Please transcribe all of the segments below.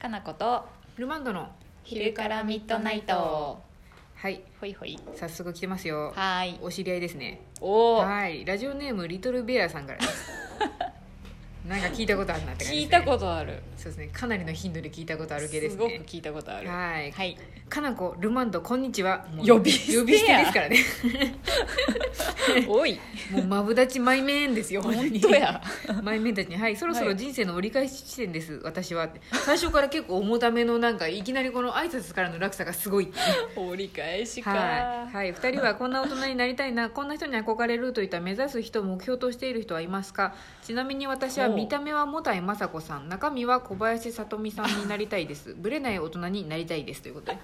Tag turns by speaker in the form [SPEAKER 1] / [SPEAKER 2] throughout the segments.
[SPEAKER 1] かなこと
[SPEAKER 2] ルマンドの
[SPEAKER 1] 昼からミッドナイト
[SPEAKER 2] はい
[SPEAKER 1] ほいほい
[SPEAKER 2] 早速来てますよ
[SPEAKER 1] はーい
[SPEAKER 2] お知り合いですね
[SPEAKER 1] おお
[SPEAKER 2] はいラジオネームリトルベアさ んからですなんか聞いたことあるなって感じ
[SPEAKER 1] 聞
[SPEAKER 2] です、ね、
[SPEAKER 1] いたことある
[SPEAKER 2] そうですねかなりの頻度で聞いたことある系ですす
[SPEAKER 1] ごく
[SPEAKER 2] ね
[SPEAKER 1] 聞いたことあるは
[SPEAKER 2] はい、
[SPEAKER 1] い
[SPEAKER 2] かなこルマンドこんにちはもう
[SPEAKER 1] 呼び捨てや
[SPEAKER 2] 呼び捨てですか らね
[SPEAKER 1] お い
[SPEAKER 2] もうまぶだちマイメンですよ
[SPEAKER 1] 本当や
[SPEAKER 2] マイメンたちに「はいそろそ
[SPEAKER 1] は
[SPEAKER 2] ろ
[SPEAKER 1] い
[SPEAKER 2] 人生の折り返し地点です、私は」って最初から結構重ためのなんかいきなりこの挨拶からの落差がすごいっていう
[SPEAKER 1] 折り返しか
[SPEAKER 2] はい、はい、2人はこんな大人になりたいなこんな人に憧れるといった目指す人目標としている人はいますかちなみに私は
[SPEAKER 1] おう
[SPEAKER 2] 見た目はもたいまさこさん中身は小林さとみさんになりたいですブレない大人になりたいですということで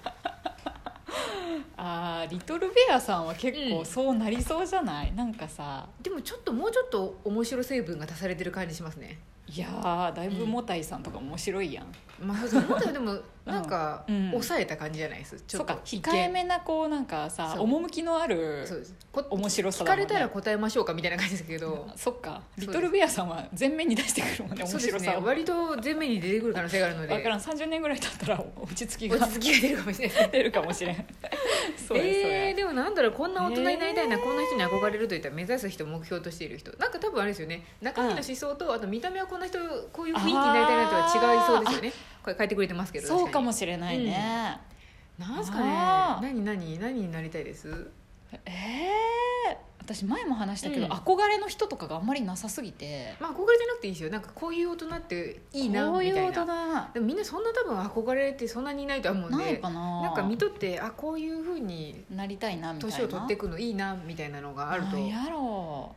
[SPEAKER 1] あーリトルベアさんは結
[SPEAKER 2] う
[SPEAKER 1] 構
[SPEAKER 2] ん
[SPEAKER 1] そうなりそうじゃない、なんかさ
[SPEAKER 2] でもちょっともうちょっと面白成分が足されてる感じしますね
[SPEAKER 1] いやーだいぶもたいさんとか面白いやん、
[SPEAKER 2] まあそうもたいで もなんか
[SPEAKER 1] うん
[SPEAKER 2] 抑えた感じじゃないですち
[SPEAKER 1] そ
[SPEAKER 2] ょ
[SPEAKER 1] う
[SPEAKER 2] っ
[SPEAKER 1] か
[SPEAKER 2] と
[SPEAKER 1] 控えめなこうなんかさ
[SPEAKER 2] そう
[SPEAKER 1] 趣のある
[SPEAKER 2] そうですこ
[SPEAKER 1] 面白さ
[SPEAKER 2] 聞
[SPEAKER 1] だ
[SPEAKER 2] か
[SPEAKER 1] もん、ね、
[SPEAKER 2] れたら答えましょうかみたいな感じですけど
[SPEAKER 1] そっか
[SPEAKER 2] そうで
[SPEAKER 1] リ
[SPEAKER 2] す
[SPEAKER 1] トルベアさんは前面に出してくるもんね面
[SPEAKER 2] そうです
[SPEAKER 1] 白
[SPEAKER 2] ね
[SPEAKER 1] さを、
[SPEAKER 2] 割と前面に出てくる可能性があるので
[SPEAKER 1] 分からん30年ぐらい経ったら落ち着きが
[SPEAKER 2] 落ち着きが出るかもしれない
[SPEAKER 1] 出るかもし れんそうやそうや
[SPEAKER 2] えー、でもなんだろうこんな大人になりたいな、
[SPEAKER 1] えー
[SPEAKER 2] こんな人に憧れるといった目指す人目標としている人なんか多分あれですよね中身の思想と、あと見た目はこんな人こういう雰囲気になりたいなとは違いそうですよねこれ書いてくれてますけど
[SPEAKER 1] そうかも
[SPEAKER 2] し
[SPEAKER 1] しれないね、
[SPEAKER 2] れないなんすかね
[SPEAKER 1] あー
[SPEAKER 2] 何何何になりたいです
[SPEAKER 1] えー私前も話したけど、
[SPEAKER 2] うん
[SPEAKER 1] 憧れの人とかがあんまりなさすぎて
[SPEAKER 2] まあ憧れじゃなくていいですよなんかこういう大人っていいな
[SPEAKER 1] こうい
[SPEAKER 2] み
[SPEAKER 1] う
[SPEAKER 2] た
[SPEAKER 1] 大
[SPEAKER 2] い
[SPEAKER 1] 人
[SPEAKER 2] な
[SPEAKER 1] な
[SPEAKER 2] でもみんなそんな多分憧れってそんなにいないと思うんで
[SPEAKER 1] いかな
[SPEAKER 2] なんか見とってあこういうふうに
[SPEAKER 1] なりたいなみたいな
[SPEAKER 2] 年を取っていくのいいなみたいなのがある
[SPEAKER 1] な
[SPEAKER 2] と
[SPEAKER 1] んやろ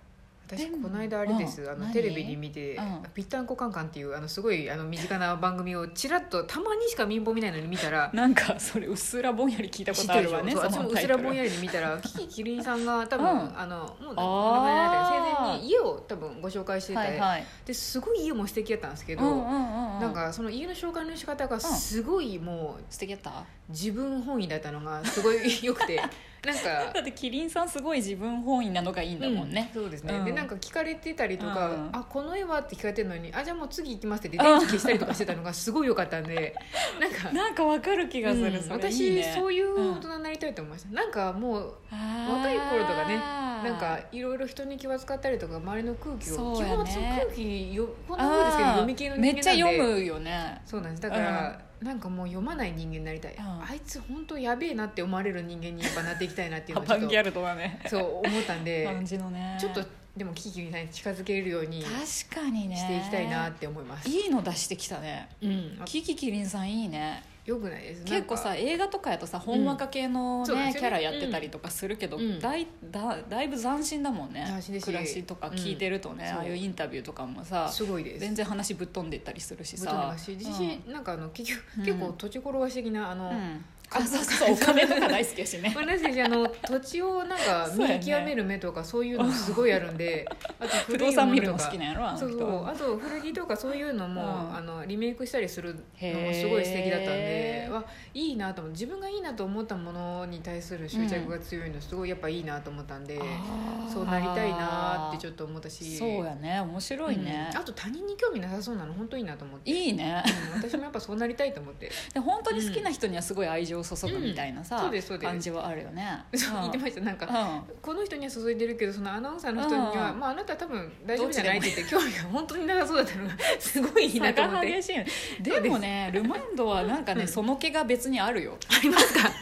[SPEAKER 2] 私
[SPEAKER 1] でも
[SPEAKER 2] この間あれです、
[SPEAKER 1] うん
[SPEAKER 2] あの
[SPEAKER 1] 何
[SPEAKER 2] テレビに見て
[SPEAKER 1] うん
[SPEAKER 2] 「ぴったんこカンカン」っていうあのすごいあの身近な番組をちらっとたまにしか民放見ないのに見たら
[SPEAKER 1] うなんかそれうっすらぼんやり聞いたことあるわね
[SPEAKER 2] 知ってるでしょそ
[SPEAKER 1] その
[SPEAKER 2] う私もう
[SPEAKER 1] タ
[SPEAKER 2] す
[SPEAKER 1] イト
[SPEAKER 2] ら
[SPEAKER 1] ル
[SPEAKER 2] ぼんやりで見 たらキキキリンさんが多分、
[SPEAKER 1] うん
[SPEAKER 2] あのもうお
[SPEAKER 1] あー
[SPEAKER 2] 名前になられた生前に家を多分ご紹介してて、
[SPEAKER 1] はいはい
[SPEAKER 2] ですごい家も素敵やったんですけど、
[SPEAKER 1] うんうんうんうん
[SPEAKER 2] なんかその家の紹介の仕方がすごいもう
[SPEAKER 1] 素敵やった
[SPEAKER 2] 自分本位だったのがすごい良 くてなんか
[SPEAKER 1] だってキリンさんすごい自分本位なのがいいんだもんね、
[SPEAKER 2] うんそうですね、
[SPEAKER 1] うん
[SPEAKER 2] でなんか聞かれてたりとか「
[SPEAKER 1] うんうん
[SPEAKER 2] あこの絵は?」って聞かれてるのに「あじゃあもう次行きます」って言って電気消したりとかしてたのがすごい良かった んでなんか
[SPEAKER 1] なんかわかる気がする、
[SPEAKER 2] うん
[SPEAKER 1] それ
[SPEAKER 2] 私
[SPEAKER 1] いいね
[SPEAKER 2] そういう
[SPEAKER 1] う
[SPEAKER 2] 大
[SPEAKER 1] ん
[SPEAKER 2] 人になりたいと思いました、なんかもう
[SPEAKER 1] 若
[SPEAKER 2] い頃とかね
[SPEAKER 1] な
[SPEAKER 2] なんかいろいろ人に気は使ったりとか周りの空気を、
[SPEAKER 1] そう
[SPEAKER 2] 基
[SPEAKER 1] やね
[SPEAKER 2] 本私空気よこんな風ですけど読み系の人間なんで
[SPEAKER 1] めっちゃ読むよね
[SPEAKER 2] そうなんですだから、なんかもう読まない人間になりたい、
[SPEAKER 1] うん
[SPEAKER 2] あいつ本当やべえなって思われる人間にやっぱなっていきたいなっていう
[SPEAKER 1] パ
[SPEAKER 2] のをち
[SPEAKER 1] パ
[SPEAKER 2] ょっ
[SPEAKER 1] ン
[SPEAKER 2] と
[SPEAKER 1] ギャルドだね
[SPEAKER 2] そう思ったんで
[SPEAKER 1] 感じのね
[SPEAKER 2] ちょっとでもキキに近づけるように
[SPEAKER 1] 確かにね
[SPEAKER 2] していきたいなって思います。
[SPEAKER 1] いいの出してきたね
[SPEAKER 2] うん、あ
[SPEAKER 1] キキキリンさんいいね
[SPEAKER 2] よくないです。
[SPEAKER 1] 結構さ
[SPEAKER 2] なんか
[SPEAKER 1] 映画とかやとさほんわか系の、
[SPEAKER 2] うん
[SPEAKER 1] ね
[SPEAKER 2] そうなんです
[SPEAKER 1] キ
[SPEAKER 2] よね
[SPEAKER 1] ャラやってたりとかするけど、
[SPEAKER 2] うん
[SPEAKER 1] だいだだいぶ斬新だもんね
[SPEAKER 2] 斬新ですし
[SPEAKER 1] 暮らしとか聞いてるとね、
[SPEAKER 2] うんそう
[SPEAKER 1] ああいうインタビューとかもさ
[SPEAKER 2] すごいです。
[SPEAKER 1] 全然話ぶっ飛んでったりするし
[SPEAKER 2] ぶっ飛んで
[SPEAKER 1] さ
[SPEAKER 2] ますし、実なんかあの結局、
[SPEAKER 1] うん
[SPEAKER 2] 結構土地転がし的なあ
[SPEAKER 1] うん
[SPEAKER 2] の、
[SPEAKER 1] うん
[SPEAKER 2] あ
[SPEAKER 1] あそうそうお金とか大好きやしね
[SPEAKER 2] まあなんせあの土地をなん か
[SPEAKER 1] そう
[SPEAKER 2] 見
[SPEAKER 1] やね
[SPEAKER 2] 極める目とかそういうのすごいあるん で、あと
[SPEAKER 1] 不
[SPEAKER 2] 古
[SPEAKER 1] 動
[SPEAKER 2] いも
[SPEAKER 1] 産見
[SPEAKER 2] の
[SPEAKER 1] る
[SPEAKER 2] と
[SPEAKER 1] の好
[SPEAKER 2] か
[SPEAKER 1] き。なんやろあの
[SPEAKER 2] そ
[SPEAKER 1] 人
[SPEAKER 2] うそうあと古着とかそういうのも、
[SPEAKER 1] うん
[SPEAKER 2] あのリメイクしたりするの
[SPEAKER 1] へ
[SPEAKER 2] も
[SPEAKER 1] ー
[SPEAKER 2] すごい素敵だったんでわいいなと思って自分がいいなと思ったものに対する執着が強いのすごいやっぱいいなと思ったんで、
[SPEAKER 1] あー
[SPEAKER 2] そうなりたいなってちょっと思ったし
[SPEAKER 1] そうやね面白いね、
[SPEAKER 2] うんあと他人に興味なさそうなの本当いいなと思って
[SPEAKER 1] いいね
[SPEAKER 2] うん私もやっぱそうなりたいと思って
[SPEAKER 1] で本当に好きな人にはすごい愛情を注ぐみたいな
[SPEAKER 2] うん
[SPEAKER 1] さ、
[SPEAKER 2] そうですそうです
[SPEAKER 1] 感じはあるよね
[SPEAKER 2] そう言って
[SPEAKER 1] うん
[SPEAKER 2] ましたなんか
[SPEAKER 1] うん
[SPEAKER 2] この人には注いでるけどそのアナウンサーの人には、
[SPEAKER 1] うん
[SPEAKER 2] まあ、あなた多分大丈夫じゃないって言って興味が本当になさそうだったのがすごいいいなと思っ
[SPEAKER 1] 差が
[SPEAKER 2] て
[SPEAKER 1] 激しいよねでもねルマンドはなんかね、
[SPEAKER 2] うん
[SPEAKER 1] その気が別にあるよ
[SPEAKER 2] ありますか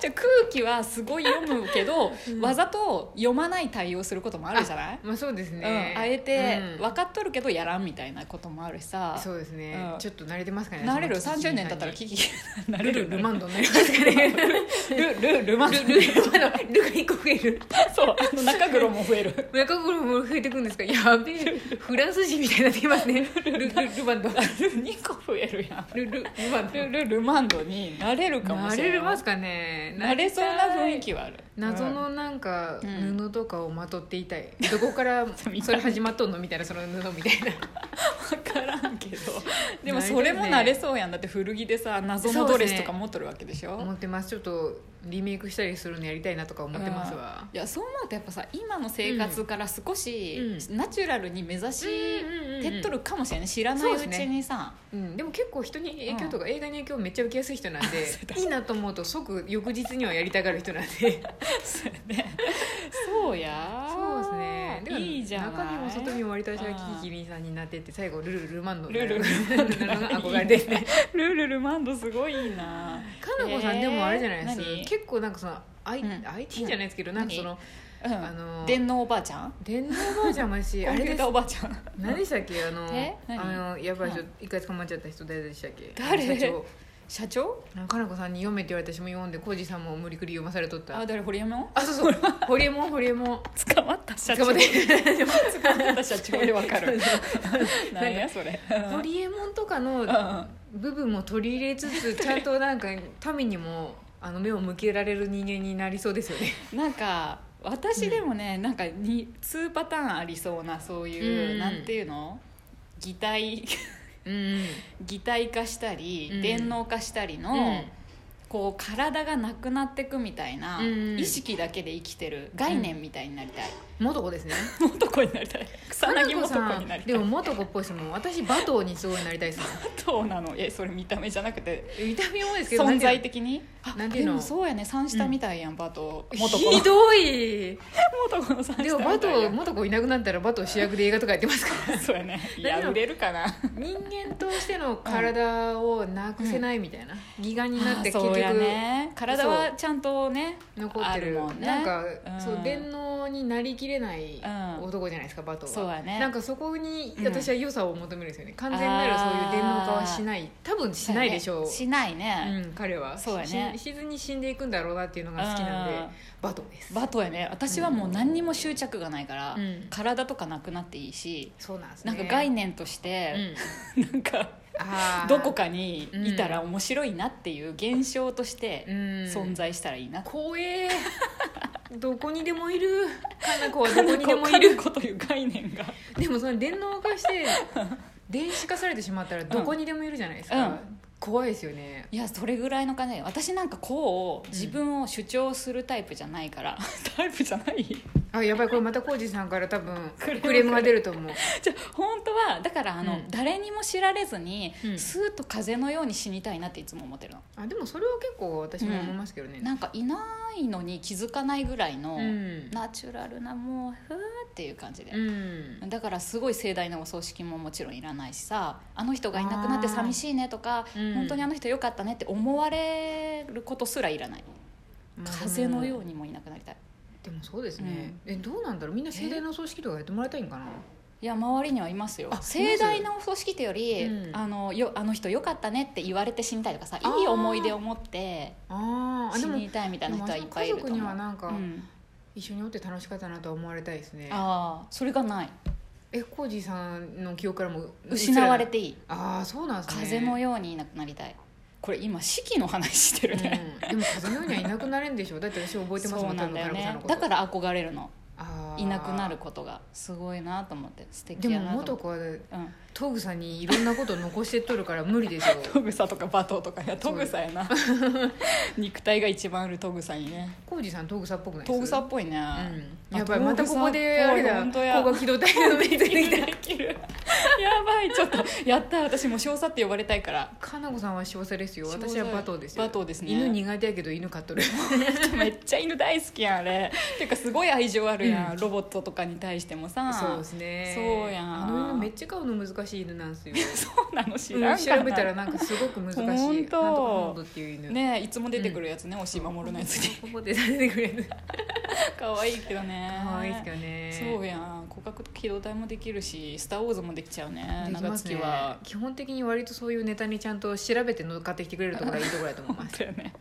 [SPEAKER 1] じゃあ空気はすごい読むけど、
[SPEAKER 2] うん
[SPEAKER 1] わざと読まない対応することもあるじゃない
[SPEAKER 2] まあそうです
[SPEAKER 1] うん
[SPEAKER 2] ね、
[SPEAKER 1] あえて
[SPEAKER 2] うん
[SPEAKER 1] 分かっとるけどやらんみたいなこともあるしさ、
[SPEAKER 2] そうですね、
[SPEAKER 1] うん
[SPEAKER 2] ちょっと慣れてますかね
[SPEAKER 1] なれる
[SPEAKER 2] そのキキ
[SPEAKER 1] 30年経ったら
[SPEAKER 2] キ
[SPEAKER 1] キキ な
[SPEAKER 2] キ
[SPEAKER 1] れる
[SPEAKER 2] ルルマ
[SPEAKER 1] ン
[SPEAKER 2] ンドになりますかね
[SPEAKER 1] ルルルマンド
[SPEAKER 2] ルルルマンドルが一個増える
[SPEAKER 1] そうあの中黒も増える
[SPEAKER 2] 親子頃も増えていくんですかやべえフランス人みたいになってますねルルルマンド
[SPEAKER 1] ル2個増えるやん
[SPEAKER 2] ルルルマンド
[SPEAKER 1] ルルルマンドになれるかも
[SPEAKER 2] な
[SPEAKER 1] しれない
[SPEAKER 2] れますかね
[SPEAKER 1] なれそうな雰囲
[SPEAKER 2] 気
[SPEAKER 1] 気はある
[SPEAKER 2] 謎のなんか
[SPEAKER 1] うん
[SPEAKER 2] 布とかをまとっていたい、どこから
[SPEAKER 1] そう見たい
[SPEAKER 2] それ始まっとんのみた いなその布みたいな
[SPEAKER 1] 分からんけど でも
[SPEAKER 2] ないよ
[SPEAKER 1] そ
[SPEAKER 2] ね
[SPEAKER 1] れも慣れそうやんだって古着でさ謎のドレスとか持っとるわけでしょ
[SPEAKER 2] 思ってますちょっとリメイクしたりするのやりたいなとか思ってますわ、
[SPEAKER 1] いやそう思うとやっぱさ今の生活から少し
[SPEAKER 2] う
[SPEAKER 1] ナチュラルに目指し手っ取
[SPEAKER 2] る、
[SPEAKER 1] るかもしれない知らないう
[SPEAKER 2] そうです
[SPEAKER 1] ちにさ
[SPEAKER 2] うん、でも結構人に影響とか、映画に影響めっちゃ受けやすい人なんで
[SPEAKER 1] そうだ
[SPEAKER 2] いいなと思うと即翌日にはやりたがる人なんで
[SPEAKER 1] そうやねそうや
[SPEAKER 2] そうですねでも
[SPEAKER 1] いいじゃん
[SPEAKER 2] 中身も外身も割と私はキキキリンさんになってって最後ルルルマンドになる
[SPEAKER 1] ル
[SPEAKER 2] なのが憧れてね
[SPEAKER 1] ルールルマンドすごいいいな
[SPEAKER 2] かなこさん、でもあれじゃないです
[SPEAKER 1] えー何
[SPEAKER 2] 結構なんかその、I
[SPEAKER 1] うん
[SPEAKER 2] IT じゃないですけど、なんかその
[SPEAKER 1] うん
[SPEAKER 2] あの
[SPEAKER 1] 電脳おばあちゃん
[SPEAKER 2] 電脳バージョンもあるし
[SPEAKER 1] コ
[SPEAKER 2] あ
[SPEAKER 1] ンピ
[SPEAKER 2] れ
[SPEAKER 1] ュー
[SPEAKER 2] です
[SPEAKER 1] ターおばあちゃん
[SPEAKER 2] 何でしたっけあの
[SPEAKER 1] え何
[SPEAKER 2] あのやばい人一回捕まっちゃった人誰でしたっけ
[SPEAKER 1] 誰
[SPEAKER 2] 社長
[SPEAKER 1] 社長
[SPEAKER 2] なんかかなこさんに読めって言われて私も読んで浩二さんも無理くり読まされとった
[SPEAKER 1] あ誰ホリエモン
[SPEAKER 2] あそうそうホリエモンホリエモン
[SPEAKER 1] 捕まった社長
[SPEAKER 2] 捕まって
[SPEAKER 1] 捕まった社長でわ かるなんやそれ
[SPEAKER 2] ホリエモンとかの
[SPEAKER 1] うん
[SPEAKER 2] 部分も取り入れつつちゃんとなんか民にもあの目を向けられる人間になりそうですよね
[SPEAKER 1] なんか私でもね、なんかに2パターンありそうなそういう、
[SPEAKER 2] うん
[SPEAKER 1] なんていうの擬態
[SPEAKER 2] うん
[SPEAKER 1] 擬態化したり、
[SPEAKER 2] うん
[SPEAKER 1] 電脳化したりの、
[SPEAKER 2] うん
[SPEAKER 1] こう体がなくなってくみたいな、
[SPEAKER 2] うん
[SPEAKER 1] 意識だけで生きてる概念みたいになりたい、
[SPEAKER 2] 元子ですね
[SPEAKER 1] 男になりたい草
[SPEAKER 2] 花
[SPEAKER 1] 薙
[SPEAKER 2] 子
[SPEAKER 1] 男
[SPEAKER 2] さ
[SPEAKER 1] になり
[SPEAKER 2] ん
[SPEAKER 1] た
[SPEAKER 2] で
[SPEAKER 1] い
[SPEAKER 2] も元子っぽいですもん私馬頭にすごいなりたいですも
[SPEAKER 1] そうなのえそれ見た目じゃなくて
[SPEAKER 2] ん見た目多いですけど
[SPEAKER 1] 存在的にあ
[SPEAKER 2] なんていうの
[SPEAKER 1] でもそうやね三下みたいやん、バト
[SPEAKER 2] なん
[SPEAKER 1] 元
[SPEAKER 2] て
[SPEAKER 1] 子
[SPEAKER 2] いうのひどい
[SPEAKER 1] 元子の三下みたい
[SPEAKER 2] で
[SPEAKER 1] や
[SPEAKER 2] も
[SPEAKER 1] ん
[SPEAKER 2] バト元子いなくなったらバト主役で映画とかやってますから
[SPEAKER 1] そうやねいや
[SPEAKER 2] 何を
[SPEAKER 1] 売れるかな
[SPEAKER 2] 人間としての体をなくせないみたいなギガになって
[SPEAKER 1] あ
[SPEAKER 2] 結
[SPEAKER 1] そう
[SPEAKER 2] 局
[SPEAKER 1] やね、体はちゃんとね
[SPEAKER 2] 残ってる
[SPEAKER 1] あもんね
[SPEAKER 2] なんか、
[SPEAKER 1] うん
[SPEAKER 2] そう電脳になりきれない
[SPEAKER 1] うん
[SPEAKER 2] 男じゃないですかバトは
[SPEAKER 1] そうやね
[SPEAKER 2] なんかそこに
[SPEAKER 1] うん
[SPEAKER 2] 私は良さを求めるんですよね、完全なるそういう電脳化はしない多分しないでしょ
[SPEAKER 1] そう
[SPEAKER 2] う
[SPEAKER 1] やねしないね、
[SPEAKER 2] うん、彼は
[SPEAKER 1] そうやね
[SPEAKER 2] し死ずに死んでいくんだろうなっていうのが好きなんで、
[SPEAKER 1] うん
[SPEAKER 2] バトです
[SPEAKER 1] バトやね私はもう何にも執着がないから、
[SPEAKER 2] うん
[SPEAKER 1] 体とかなくなっていいし
[SPEAKER 2] そうなんですね
[SPEAKER 1] なんか概
[SPEAKER 2] 念、
[SPEAKER 1] 念とし
[SPEAKER 2] う
[SPEAKER 1] て、
[SPEAKER 2] ん
[SPEAKER 1] なんか
[SPEAKER 2] あー
[SPEAKER 1] どこかにいたら面白いなっていう現象として存
[SPEAKER 2] 存
[SPEAKER 1] 在したらいいな、
[SPEAKER 2] 怖え どこにでもいるか な子は
[SPEAKER 1] ど
[SPEAKER 2] ど
[SPEAKER 1] こ
[SPEAKER 2] こ
[SPEAKER 1] に
[SPEAKER 2] に
[SPEAKER 1] で
[SPEAKER 2] で
[SPEAKER 1] も
[SPEAKER 2] も
[SPEAKER 1] い
[SPEAKER 2] い
[SPEAKER 1] る
[SPEAKER 2] る
[SPEAKER 1] こという概念が
[SPEAKER 2] でもその電脳化して 電子化されてしまったらどこにでもいるじゃないですか、
[SPEAKER 1] うん
[SPEAKER 2] 怖いですよね
[SPEAKER 1] いやそれぐらいの感じだよ私なんかこう自分を主張するタイプじゃないから、タイプ じゃない
[SPEAKER 2] あやばいこれまた浩二さんから多 分
[SPEAKER 1] クレーム
[SPEAKER 2] クレームが出ると思う
[SPEAKER 1] じゃあ本当はだからあの、
[SPEAKER 2] うん
[SPEAKER 1] 誰にも知られずに、
[SPEAKER 2] うん
[SPEAKER 1] スーッと風のように死にたいなっていつも思ってるの
[SPEAKER 2] あでもそれは結構私も思いますけどね、
[SPEAKER 1] なんかいないのに気づかないぐらいの、
[SPEAKER 2] うん
[SPEAKER 1] ナチュラルなもうふーっていう感じで
[SPEAKER 2] う、ん
[SPEAKER 1] だからすごい盛大なお葬式ももちろんいらないしさあの人がいなくなって寂しいねとか、
[SPEAKER 2] うん
[SPEAKER 1] 本当にあの人良かったねって思われることすらいらない、風のようにもいなくなりたい
[SPEAKER 2] でもそうですね、えどうなんだろうみんな盛大なお葬式とかやってもらいたいんかない
[SPEAKER 1] や周りにはいますよ
[SPEAKER 2] あ
[SPEAKER 1] 盛大なお葬式ってより、
[SPEAKER 2] うん
[SPEAKER 1] あのよあの人よかったねって言われて死にたいとかさ
[SPEAKER 2] あー
[SPEAKER 1] いい思い出を持って
[SPEAKER 2] あーあ
[SPEAKER 1] 死
[SPEAKER 2] でも
[SPEAKER 1] にたいみたいな人はいっぱいいると思う
[SPEAKER 2] でもあの家族にはなんか
[SPEAKER 1] うん
[SPEAKER 2] 一緒におって楽しかったなとは思われたいですね
[SPEAKER 1] ああそれがない
[SPEAKER 2] え浩二さんの記憶からも
[SPEAKER 1] 失われていい
[SPEAKER 2] ああそうなんですね
[SPEAKER 1] 風のようにいなくなりたいこれ今四季の話してるね、
[SPEAKER 2] うん、でも風のようにはいなくなれんでしょだって私覚えてます
[SPEAKER 1] そ
[SPEAKER 2] も
[SPEAKER 1] うんなんだよねだから憧れるのいなくなることがすごいなと思って素
[SPEAKER 2] で
[SPEAKER 1] 敵
[SPEAKER 2] も
[SPEAKER 1] やなと思
[SPEAKER 2] 元
[SPEAKER 1] って
[SPEAKER 2] 子は
[SPEAKER 1] うん
[SPEAKER 2] トグさんにいろんなこと残してっとるから無 理でしょ
[SPEAKER 1] トグサとかバトとかやトグサやな 肉体が一番あるトグサにね
[SPEAKER 2] 浩二さんトグサっぽくないです
[SPEAKER 1] トグサっぽいね、
[SPEAKER 2] うん、
[SPEAKER 1] あ
[SPEAKER 2] やば
[SPEAKER 1] ト
[SPEAKER 2] い
[SPEAKER 1] グ
[SPEAKER 2] ま
[SPEAKER 1] サ
[SPEAKER 2] た
[SPEAKER 1] っぽ
[SPEAKER 2] こ
[SPEAKER 1] い
[SPEAKER 2] こであれだ
[SPEAKER 1] 本当 や
[SPEAKER 2] 高画機動隊のメイクできた
[SPEAKER 1] できるやばいちょっとやった私もう少佐って呼ばれたい から
[SPEAKER 2] かなこさんは幸せですよ
[SPEAKER 1] 幸せ
[SPEAKER 2] 私はバトーですよ
[SPEAKER 1] バトーですね
[SPEAKER 2] 犬苦手やけど犬飼っとる
[SPEAKER 1] めっちゃ犬大好きやんあれていうかすごい愛情あるやん、
[SPEAKER 2] うん
[SPEAKER 1] ロボットとかに対してもさ
[SPEAKER 2] そうですね
[SPEAKER 1] そうやん
[SPEAKER 2] あの犬めっちゃ飼うの難しい犬なんですよ
[SPEAKER 1] そうなの知
[SPEAKER 2] う
[SPEAKER 1] らん
[SPEAKER 2] ん
[SPEAKER 1] かな
[SPEAKER 2] 調べたらなんかすごく難しい
[SPEAKER 1] ほ
[SPEAKER 2] なん
[SPEAKER 1] ん
[SPEAKER 2] と
[SPEAKER 1] と
[SPEAKER 2] かモードっていう犬
[SPEAKER 1] ねいつも出てくるやつね、押し守るのやつに
[SPEAKER 2] ここで出てくれ る
[SPEAKER 1] 可愛いけどね
[SPEAKER 2] 可愛いですけどね
[SPEAKER 1] そうやん骨格機動隊もできるし「スター・ウォーズ」もできちゃうね
[SPEAKER 2] でき
[SPEAKER 1] 長
[SPEAKER 2] ます
[SPEAKER 1] 月
[SPEAKER 2] ね
[SPEAKER 1] は
[SPEAKER 2] 基本的に割とそういうネタにちゃんと調べて乗っかってきてくれるところがいいところだと思い
[SPEAKER 1] 本
[SPEAKER 2] ます
[SPEAKER 1] 当やね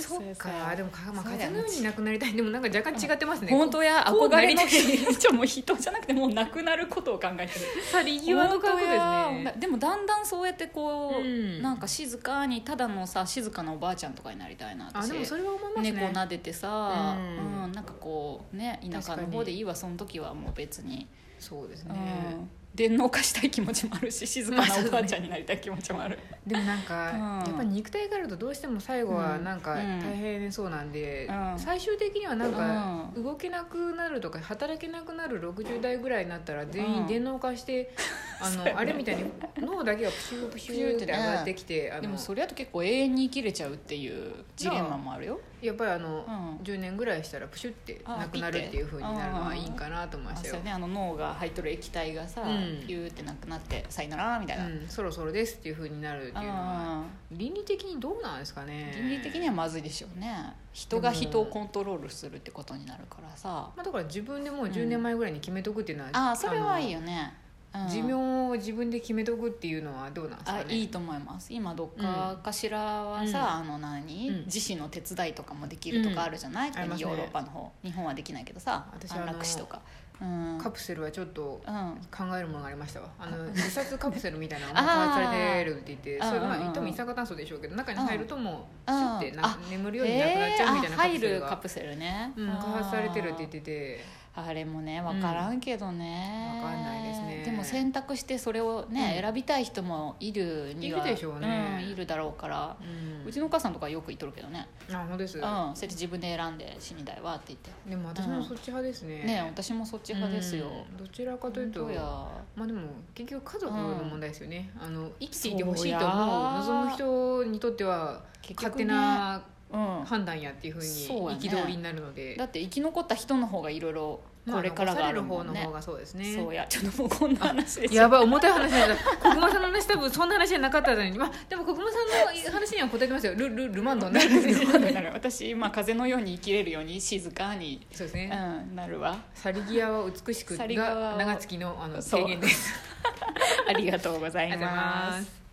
[SPEAKER 2] そっ
[SPEAKER 1] そう
[SPEAKER 2] か
[SPEAKER 1] そう
[SPEAKER 2] でもか、まあ、
[SPEAKER 1] そうだ
[SPEAKER 2] 風
[SPEAKER 1] よ
[SPEAKER 2] のようになくなりたいでもなんか若干違ってますね
[SPEAKER 1] 本当や
[SPEAKER 2] こう
[SPEAKER 1] 憧れの 人じゃあもう人じゃなくてもうなくなることを考えてる
[SPEAKER 2] 去り際の覚悟です
[SPEAKER 1] 本当や
[SPEAKER 2] ね
[SPEAKER 1] でもだんだんそうやってこう、
[SPEAKER 2] うん
[SPEAKER 1] なんか静かにただのさ静かなおばあちゃんとかになりたいな
[SPEAKER 2] あ
[SPEAKER 1] 私
[SPEAKER 2] でもそれは思いますね
[SPEAKER 1] 猫撫でてさ、
[SPEAKER 2] うん
[SPEAKER 1] うんなんかこうね田舎の
[SPEAKER 2] 確か
[SPEAKER 1] 方
[SPEAKER 2] に
[SPEAKER 1] でいいわその時はもう別に、
[SPEAKER 2] そうです
[SPEAKER 1] う
[SPEAKER 2] ね、
[SPEAKER 1] ん、電脳化したい気持ちもあるし静かなおばあちゃんになりたい気持ちもある、
[SPEAKER 2] でもなんか、
[SPEAKER 1] うん
[SPEAKER 2] やっぱ肉体があるとどうしても最後はなんか
[SPEAKER 1] うん
[SPEAKER 2] 大変そうなんで、
[SPEAKER 1] うん
[SPEAKER 2] 最終的にはなんか
[SPEAKER 1] う
[SPEAKER 2] 動けなくなるとか働けなくなる60代ぐらいになったら全
[SPEAKER 1] う
[SPEAKER 2] 員
[SPEAKER 1] ん
[SPEAKER 2] 電脳化 して、あのあれみたいに脳だけがプシュープシューって上がってきて、あ
[SPEAKER 1] でも
[SPEAKER 2] の
[SPEAKER 1] それだと結構永遠に生きれちゃうっていうジレンマもあるよ、
[SPEAKER 2] やっぱりあの、
[SPEAKER 1] うん、
[SPEAKER 2] 10年ぐらいしたらプシュってなくなるっていう風になるのはいいんかなと思いま
[SPEAKER 1] あ
[SPEAKER 2] した
[SPEAKER 1] そう
[SPEAKER 2] よ
[SPEAKER 1] よ、ねあの脳が入っとる液体がさ、
[SPEAKER 2] うん
[SPEAKER 1] ピューってなくなってさよならみたいな、うん
[SPEAKER 2] うん、そろそろですっていう風になるっていうのは倫理的にどうなんですかね
[SPEAKER 1] 倫理的にはまずいでしょうね人が人をコントロールするってことになるからさ、
[SPEAKER 2] まあ、だから自分でもう10年前ぐらいに決めとくっていうのは、
[SPEAKER 1] ああそれはいい
[SPEAKER 2] よ
[SPEAKER 1] よね、うん
[SPEAKER 2] 寿命を自分で決めとくっていうのはどうなんですか
[SPEAKER 1] あ
[SPEAKER 2] ね
[SPEAKER 1] いいと思います今どっかかしらはさ、あの何、
[SPEAKER 2] うん
[SPEAKER 1] 自身の手伝いとかもできるとかあるじゃない、
[SPEAKER 2] んありますね
[SPEAKER 1] ヨーロッパの方日本はできないけどさ
[SPEAKER 2] 私あ
[SPEAKER 1] 安
[SPEAKER 2] の
[SPEAKER 1] 楽死とか、うん、
[SPEAKER 2] カプセルはちょっと
[SPEAKER 1] うん
[SPEAKER 2] 考えるものがありましたわあ
[SPEAKER 1] う
[SPEAKER 2] の
[SPEAKER 1] ん
[SPEAKER 2] 自殺カプセルみたい なのが開発されてるって言って
[SPEAKER 1] あー
[SPEAKER 2] それ
[SPEAKER 1] うんうんうん
[SPEAKER 2] まあ多分一酸化炭素でしょうけど中に入るともうシ
[SPEAKER 1] うん
[SPEAKER 2] ュってな
[SPEAKER 1] あ
[SPEAKER 2] 眠るようになくなっちゃうみたいなカプセ
[SPEAKER 1] えーあ入
[SPEAKER 2] ル
[SPEAKER 1] るカ
[SPEAKER 2] が、
[SPEAKER 1] プセルね、
[SPEAKER 2] うん、開発されてるって言っ
[SPEAKER 1] あー
[SPEAKER 2] てて
[SPEAKER 1] あれもね分からんけどね、
[SPEAKER 2] うんわかんないですね
[SPEAKER 1] でも選択してそれをね、
[SPEAKER 2] うん
[SPEAKER 1] 選びたい人もいるにはい
[SPEAKER 2] るでしょうね
[SPEAKER 1] うんいるだろうから、
[SPEAKER 2] う
[SPEAKER 1] うちのお母さんとかよく言っとるけどね、
[SPEAKER 2] あ本当です、
[SPEAKER 1] うんそれで自分で選んで死にたいわって言って、
[SPEAKER 2] でも私もそっち派ですね、
[SPEAKER 1] ね私もそっち派ですよ、
[SPEAKER 2] うんどちらかというと
[SPEAKER 1] 本当や
[SPEAKER 2] まあでも結局家族の問題ですよね、あの生きて
[SPEAKER 1] そ
[SPEAKER 2] いて
[SPEAKER 1] うや
[SPEAKER 2] ほしいと思う望む人にとっては
[SPEAKER 1] 結
[SPEAKER 2] 勝
[SPEAKER 1] 局ね
[SPEAKER 2] 手な
[SPEAKER 1] うん
[SPEAKER 2] 判断やっていうふうに
[SPEAKER 1] そうやね
[SPEAKER 2] 憤りになるので、
[SPEAKER 1] だって生き残った人の方がいろいろ
[SPEAKER 2] まあ
[SPEAKER 1] これからがあるもん
[SPEAKER 2] 残される
[SPEAKER 1] ね
[SPEAKER 2] 方の方がそうですね
[SPEAKER 1] そうやちょっともうこんな話です
[SPEAKER 2] やばい重たい話だった国間さんの話多分そんな話じゃなかったのに、まあ、でも国間さんの話には答えてますよルルルマンドになるんで すよ
[SPEAKER 1] 私、まあ、風のように生きれるように静かに、
[SPEAKER 2] そうです
[SPEAKER 1] う
[SPEAKER 2] ね、
[SPEAKER 1] ん、なるわ
[SPEAKER 2] 去り際は美しく
[SPEAKER 1] 去り際
[SPEAKER 2] が
[SPEAKER 1] は
[SPEAKER 2] 長月のあの
[SPEAKER 1] そう
[SPEAKER 2] 提言です
[SPEAKER 1] ありがとうござ
[SPEAKER 2] あり
[SPEAKER 1] い
[SPEAKER 2] がとう
[SPEAKER 1] ま
[SPEAKER 2] ございますす。